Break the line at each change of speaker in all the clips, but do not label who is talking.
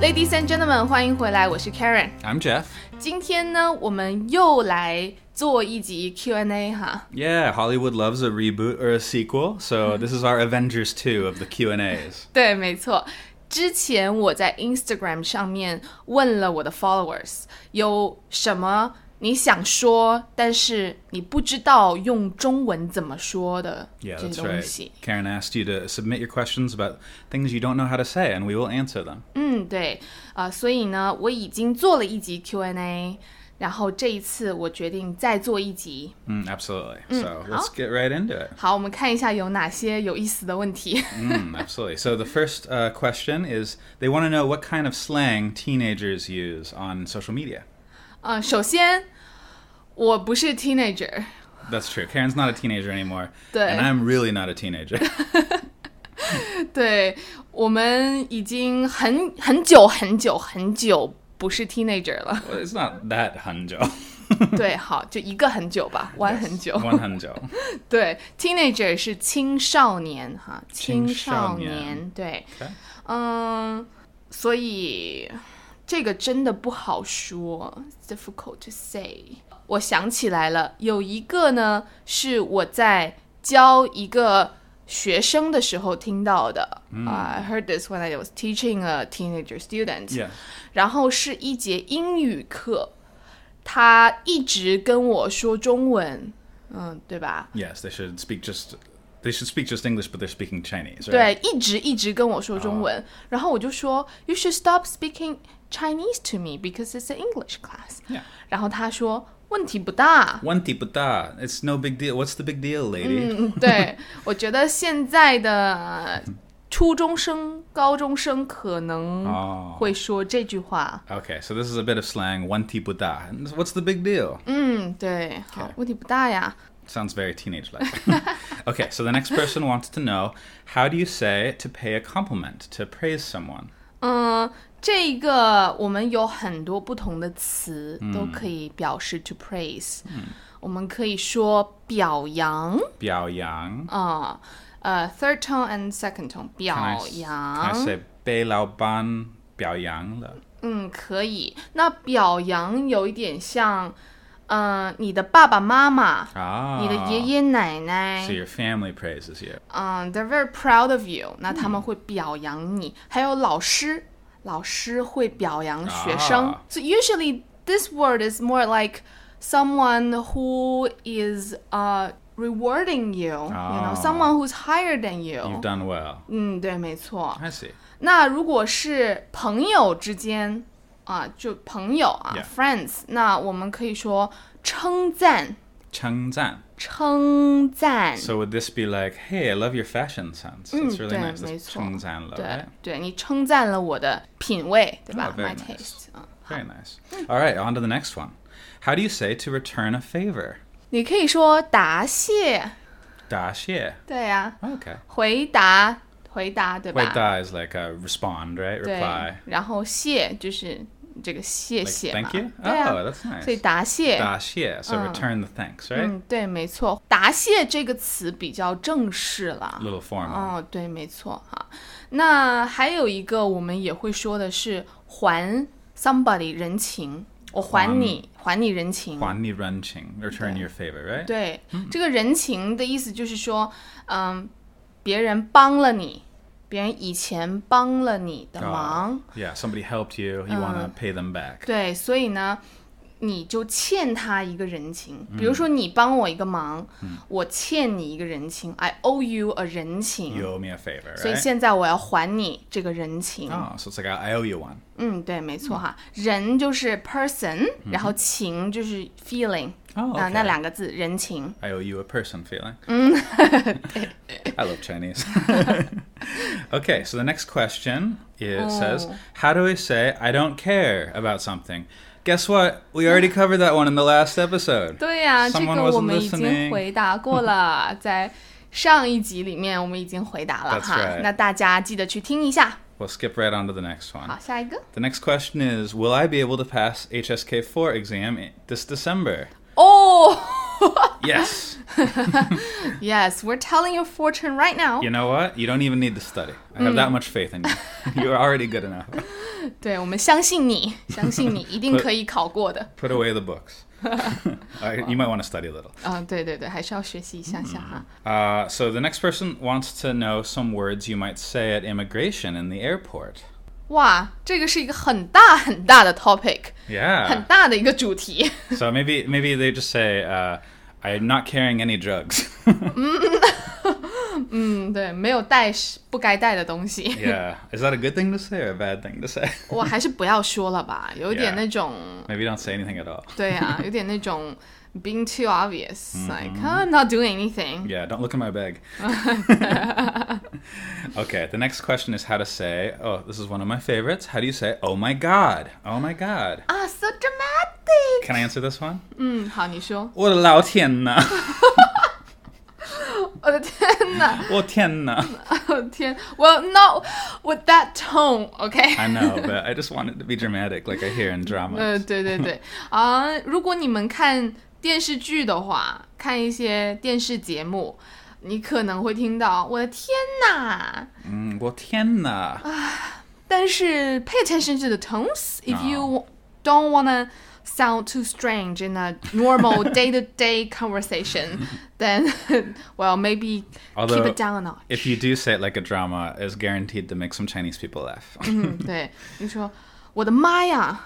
Ladies and gentlemen，欢迎回来，我是 Karen。
I'm Jeff.
今天呢，我们又来做一集 Q&A 哈。
Yeah, Hollywood loves a reboot or a sequel, so this is our Avengers 2 of the Q&As.
对，没错。之前我在 Instagram 上面问了我的 followers 有什么你想说，但是你不知道用中文怎么说的
Yeah,
这
that's
些东
right.
西。
Karen asked you to submit your questions about things you don't know how to say, and we will answer them.
嗯，对，啊、所以呢，我已经做了一集 Q&A，然后这一次我决定再做一集。
Mm, absolutely. So let's get right into it.
好，我们看一下有哪些有意思的问题。
Mm, absolutely. So the first uh, question is they want to know what kind of slang teenagers use on social media.
呃，首先，我不是 teenager，
That's true. Karen's not a teenager anymore,
对
and I'm really not a teenager.
对我们已经很很久很久很久不是 teenager 了。
well, it's not that hanjo.
对，好，就一个很久吧，玩很久。
One hanjo.
对，teenager 是青少年哈，青
青
少
少
年。
年
对
Okay
嗯，所以这个真的不好说，it's，difficult to say。我想起来了，有一个呢是我在教一个学生的时候听到的。
嗯
啊、i heard this when I was teaching a teenager student。
Yeah.
然后是一节英语课，他一直跟我说中文，嗯，对吧？
Yes, they should speak just. They should speak just English, but they're speaking Chinese,
对
right?，
一直一直跟我说中文，然后我就说，You should stop speaking Chinese to me because it's an English class。
Yeah.
然后他说问题不 大。
One tiputa. It's no big deal. What's the big deal, lady?
嗯，对，我觉得现在的初中生、高中生可能
哦
会说这句话。
Oh, Okay, so this is a bit of slang. One tiputa. What's the big deal?
嗯，对，好，问题不大呀。
Sounds very teenage like. okay, so the next person wants to know how do you say to pay a compliment, to praise someone?
嗯，这个我们有很多不同的词都可以表示 to praise，、我们可以说表扬
Biao yang.
啊，呃、t h i r d tone and second tone 表
Can I
扬，
say bei lao ban biao yang?
嗯，可以。那表扬有一点像，呃，你的爸爸妈妈、
Ah.
你的爷爷奶
So
奶，
your family praises you.
嗯、t h e y r e very proud of you，那他们会表扬你，还有老师，老师会表扬学生。
啊
So usually this word is more like someone who is uh rewarding you, you know,
啊
someone who's higher than
You've
you.
done well.
嗯，对，没错。
I see.
那如果是朋友之间啊，就朋友啊
Yeah
friends，那我们可以说称赞，
Cheng zan.
称赞。
So would this be like, hey, I love your fashion sense.
嗯，
That's really
对，
nice.
没
That's
错
cheng zan lo,
对
right?
对，你称赞了我的品味，对吧、
Oh,
m
very
y
nice.
taste 啊、
Very nice. All right, on to the next one. How do you say to return a favor?
你可以说答谢，
Da xie.
对呀、
Okay.
回答回答，对吧？
Wait, da is like a respond, right?
对
Reply.，
然后谢就是这个谢
Like,
谢嘛
thank you?
对啊
Oh, that's
所以
nice.
答谢
Da xie. Oh. Mm. So return the thanks, right?
嗯，对，没错，答谢这个词比较正式了。
Little formal.
哦，对，没错哈。那还有一个我们也会说的是还 somebody 人情，我还你，还嗯你人情。
Huan ni ren qing. Return your favor, right?
对，这个人情的意思就是说，嗯，别人帮了你，别人以前帮了你的
Ah,
忙，
yeah, somebody helped you. You want to pay them back.
对，所以呢，你就欠他一个人情。比
嗯
如说，你帮我一个忙，我欠你一个人情，I owe you a 人情。
Mm. You owe me a favor,
所以
right?
现在我要还你这个人情。
Oh, so it's like I I owe you one.
嗯，对，没错哈。人就是 person，、然后情就是 feeling 啊、
嗯哦，OK
那两个字人情。
I owe you a person feeling. I love Chinese. okay, so the next question is, says, How do I say I don't care about something? Guess what? We already covered that one in the last episode.
对呀、这
Someone
个我
wasn't
们已经
listening.
回答过 了，在上一集里面我们已经回答了
That's
哈。
right
那大家记得去听一下。
We'll skip right on to the next one.
好，下一个。
The next question is Will I be able to pass HSK 4 exam i- this December?
哦、
Yes.
Yes, we're telling your fortune right now.
you know what? You don't even need to study. I have that much faith in you. You're already good enough.
对，我们相信你，相信你一定可以考过的。
Put away the books. I, you might want to study a little.
啊、对对对，还是要学习一下下哈。
Uh, so the next person wants to know some words you might say at immigration in the airport.
哇，这个是一个很大很大的 topic，、很
Yeah.
大的一个主题。
so maybe maybe they just say, uh, "I'm not carrying any drugs."
嗯，对，没有带是不该带的东西。
yeah. Is that a good thing to say or a bad thing to say?
我还是不要说了吧，有点
Yeah.
那种
maybe don't say anything at all.
对啊，有点那种 being too obvious，like、I'm not doing anything。
Yeah, don't look in my bag. okay, the next question is how to say, oh, this is one of my favorites. How do you say, oh my god? Oh my god.
啊、s o dramatic。
Can I answer this one? Oh,
嗯，好，你说。
我的老天呐，我天呐。
我的天哪，
Oh,
我的天，Well no, with that tone, OK。
I know, but I just want it to be dramatic, like I hear in
呃，
dramas.
对对对，啊、如果你们看电视剧的话，看一些电视节目，你可能会听到“我的天哪
Mm, 我天呐。”，
但是 pay attention to the tones if you don't wanna sound too strange in a normal day-to-day conversation. Then, well, maybe keep
Although,
it down a notch.
If you do say it like a drama, it's guaranteed to make some Chinese people laugh.
嗯，对，你说“我的妈呀”，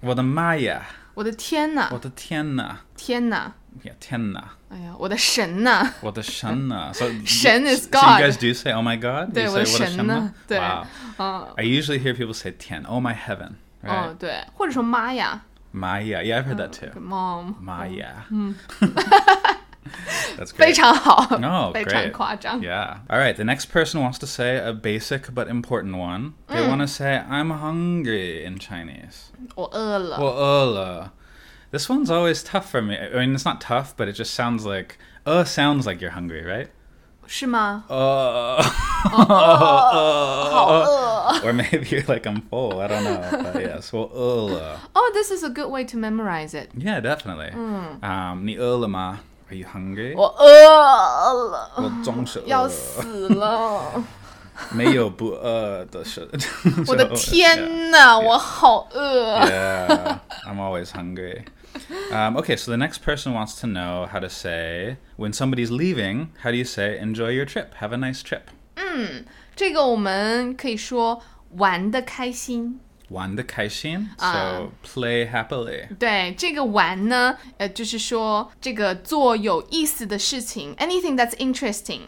我的妈呀，
我的天哪，
我的天呐，
天哪，
yeah, 天呐。
哎呀，我的神呐！
What the shanna? So
Shen is
so
God.
you guys do say, "Oh my God." You
对，
say,
我的
"What a
神
shanna."
呐，对，
Wow.
嗯。
I usually hear people say "tian." Oh Oh, my heaven.
哦，
Right.
对，或者说妈呀
Maya. Yeah, I've heard that too.
，mom，
Maya. That's
非
great.
常好
No,
非常
哦 great.
夸张。
Yeah. All right. The next person wants to say a basic but important one. They want to say "I'm hungry" in Chinese.
我饿了，
Well, uh, This one's always tough for me. I mean, it's not tough, but it just sounds like uh sounds like you're hungry, right?
是吗？
Uh,
好饿。
or maybe you're like I'm full. I don't know. But yeah, so ula.
Oh, this is a good way to memorize it.
uh, Yeah, definitely. Um, 你饿了吗? Are you hungry?
我饿了，
我总是饿。
要死了！
没有不饿的事。
我的
uh, So,
天呐，我好饿。
Yeah, Yeah, I'm always hungry. Um, okay, so the next person wants to know how to say when somebody's leaving. How do you say enjoy your trip? Have a nice trip.
这个我们可以说玩的开心。
玩得开心, so play happily.
对，这个玩呢，呃，就是说这个做有意思的事情，anything that's interesting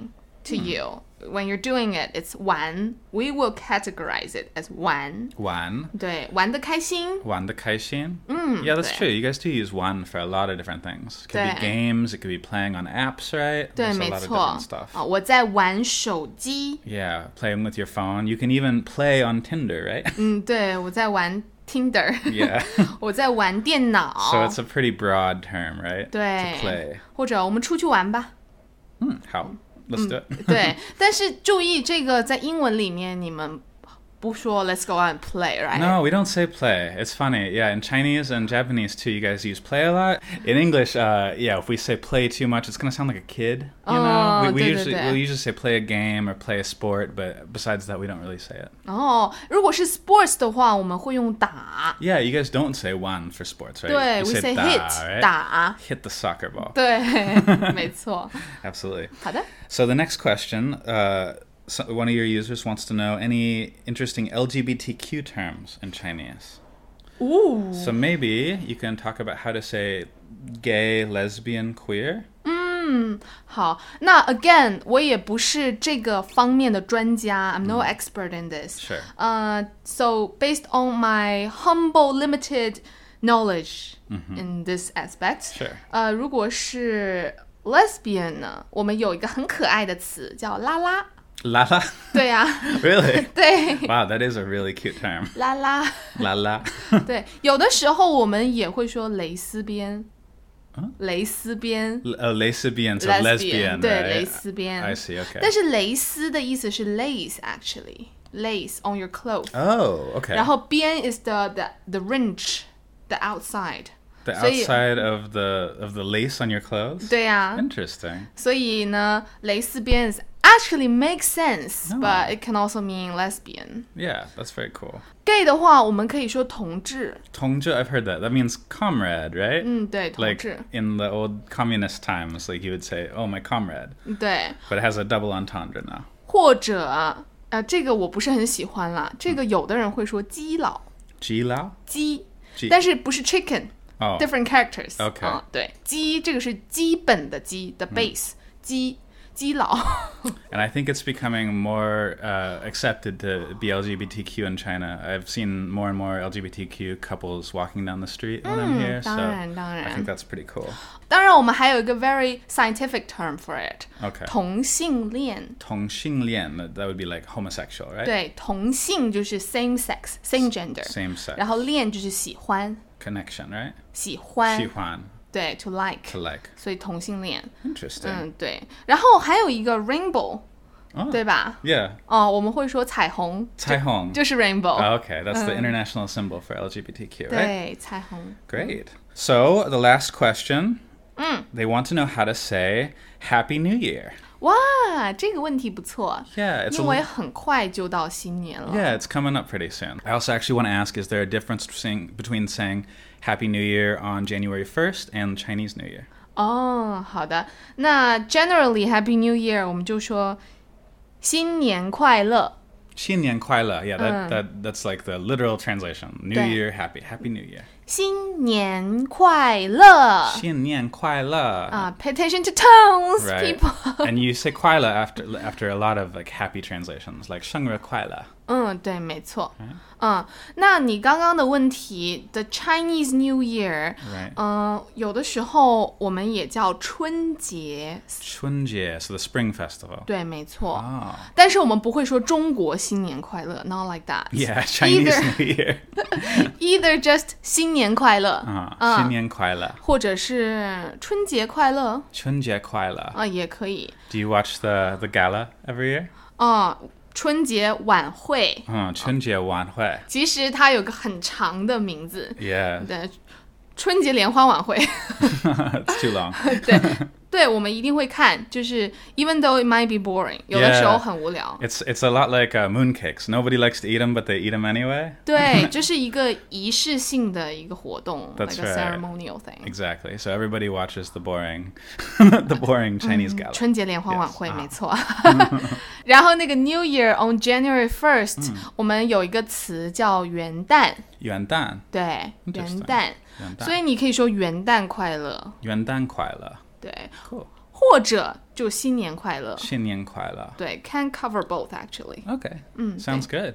to
嗯
you、when you're doing it, it's 玩。We will categorize it as 玩。
玩,
对，玩的开心。
玩得开心. yeah, that's
对。
true. You guys do use one for a lot of different things. It could
对。
be games, it could be playing on apps, right?
对，
There's a
没
lot of
错
different
啊
stuff.、
我在玩手机。
Yeah, playing with your phone. You can even play on Tinder, right?
嗯，对，我在玩 Tinder，
yeah.
我在玩电
So
脑。
it's a pretty broad term, right? To
对
play.，
或者我们出去玩吧。
Hmm, how? Let's do it.
对，但是注意这个在英文里面你们不说 Let's go out and play，right？
No, we don't say play. It's funny. Yeah, in Chinese and Japanese too, you guys use play a lot. In English, uh, yeah, if we say play too much, it's gonna sound like a kid. You know,
Oh,
we, we
da, da,
usually
da.
we'll usually say play a game or play a sport, but besides that, we don't really say it.
哦，如果是 sports 的话，我们会用打，
Yeah, you guys don't say one for sports, right?
对
you
，we say
da,
hit，、
right?
打，
Hit the soccer ball.
对，没错。
Absolutely.
好的，
So the next question, uh, so one of your users wants to know any interesting LGBTQ terms in Chinese.
哦，
So maybe you can talk about how to say gay, lesbian, queer.
好，那 again 我也不是这个方面的专家，I'm no expert in this。
嗯 Sure.
呃，so based on my humble limited knowledge in this aspect，
Mm-hmm Sure.
呃，如果是 lesbian 呢，我们有一个很可爱的词叫拉拉，
Lala.
对呀、
really?
对，
Wow, that is a really cute term.
拉拉，
Lala.
对，有的时候我们也会说蕾丝边，蕾丝边
L- oh, lesbian, so
，lesbian，
嗯 lesbian,
对，
right?
蕾丝边
I see, okay.
但是蕾丝的意思是 lace actually lace on your clothes，、
Oh, okay.
然后边 is the the the ringe the outside，
The
所以
outside of the of the lace on your clothes.
对呀、
Interesting.
所以呢，蕾丝边 is out actually makes sense,
Oh.
but it can also mean lesbian.
Yeah, that's very cool.
Gay 的话，我们可以说同志，
Tongzhi, I've heard that. That means comrade, right?
嗯，对，同
Like
志，
in the old communist times, like you would say, "Oh, my comrade,"
对，
but it has a double entendre now.
或者啊、呃，这个我不是很喜欢啦。这个有的人会说基佬
Ji Lao.
鸡
鸡，
但是不是 chicken。
Oh,
different characters。
OK 嗯
啊，对，基这个是基本的基的 base，、基基佬。
and I think it's becoming more uh, accepted to be LGBTQ in China. I've seen more and more LGBTQ couples walking down the street when I'm here,
当
so
然，当
I think
然，
that's pretty cool.
当然，我们还有一个 very scientific term for it，、
Okay.
同性恋。
同性恋, that- that would be like homosexual, right?
对，同性就是 same sex，same gender，
Same sex
然后恋就是喜欢，
connection, right?
喜欢，
喜欢
对，to
to
like，
like.
所以同性恋。
Interesting.
嗯，对。然后还有一个 rainbow，、
哦
对吧？
Yeah.
哦，我们会说彩虹，啊
彩虹.
就是 rainbow。
Oh, okay, that's the international symbol for LGBTQ, right?
对，彩虹。
Great. So the last question. They want to know how to say Happy New Year.
哇，这个问题不错
Yeah, it's a
因为很快就到新年了。
Yeah, it's coming up pretty soon. I also actually want to ask is there a difference between, between saying Happy New Year on January 1st and Chinese New Year?
哦好的。那 generally Happy New Year，我们就说新年快乐。
新年快乐.
Uh.
Yeah, that, that, that's like the literal translation. New
对。
Year, happy. Happy New Year.
新年快乐
新年快乐.
啊、p a y attention to tones,
Right.
Uh, people。
and you say 快乐 after after a lot of like happy translations, like 生日快乐.
嗯，对，没错。嗯，那你刚刚的问题，the Chinese New Year，
Right.
嗯、有的时候我们也叫春节，
春节, so the spring festival.
对，没错。
Oh.
但是我们不会说中国新年快乐，not like that。
Yeah, Chinese
Either-
New Year.
Either just 新年快乐，
Ah,
啊
新年快乐,
或者是春节快乐
春节快乐.
啊，也可以
Do you watch the the gala every year?
啊。春节晚会
Uh, 春节晚会.
其实它有个很长的名字
Yeah,
对，春节联欢晚会。
it's too long.
对， 对，我们一定会看，就是 even though it might be boring，有的时候很无聊。
It's it's a lot like uh, mooncakes. Nobody likes to eat them, but they eat them anyway.
对，这是一个仪式性的一个活动
That's
like a
right.
ceremonial thing。
Exactly. So everybody watches the boring, the boring Chinese gala.
春节联欢晚会
Yes，啊
没错。 然后那个 New Year on January first，、我
嗯
们有一个词叫元旦，
元旦,
对，元
Interesting
旦，
元旦,
所以你可以说元旦快乐，
元旦快乐.
对，
Cool.
或者就新年快乐，
新年快乐.
对，can cover both actually。
Okay. Sounds good.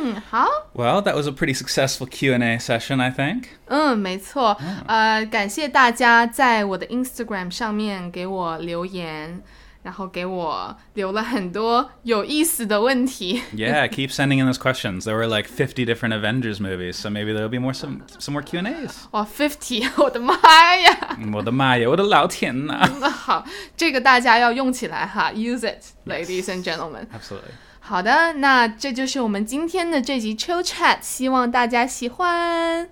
嗯，好，
Well, that was a pretty successful Q&A session, I think.
嗯，没错，呃，感谢大家在我的 Instagram 上面给我留言。然后给我留了很多有意思的问题，
Yeah, keep sending in those questions. There were like 50 different Avengers movies, so maybe there'll be more some some more Q&As.
哇，fifty，我 的妈呀！
我的妈呀，我的老天呐。
那好，这个大家要用起来哈，use it，ladies and gentlemen。
Absolutely.
好的，那这就是我们今天的这集 Chill Chat，希望大家喜欢。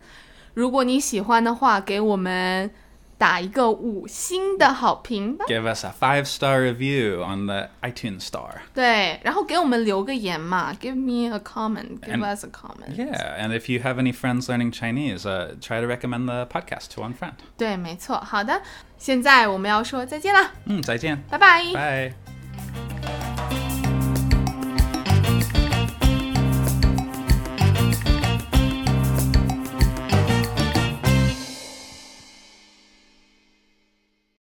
如果你喜欢的话，给我们打一个五星的好评吧。
Give us a five star review on the iTunes Store.
对，然后给我们留个言嘛，give me a comment，give
And-
us a comment。
Yeah, and if you have any friends learning Chinese, uh, try to recommend the podcast to one friend.
对，没错。好的，现在我们要说再见啦，
嗯，再见。
拜拜。
Mm, Bye.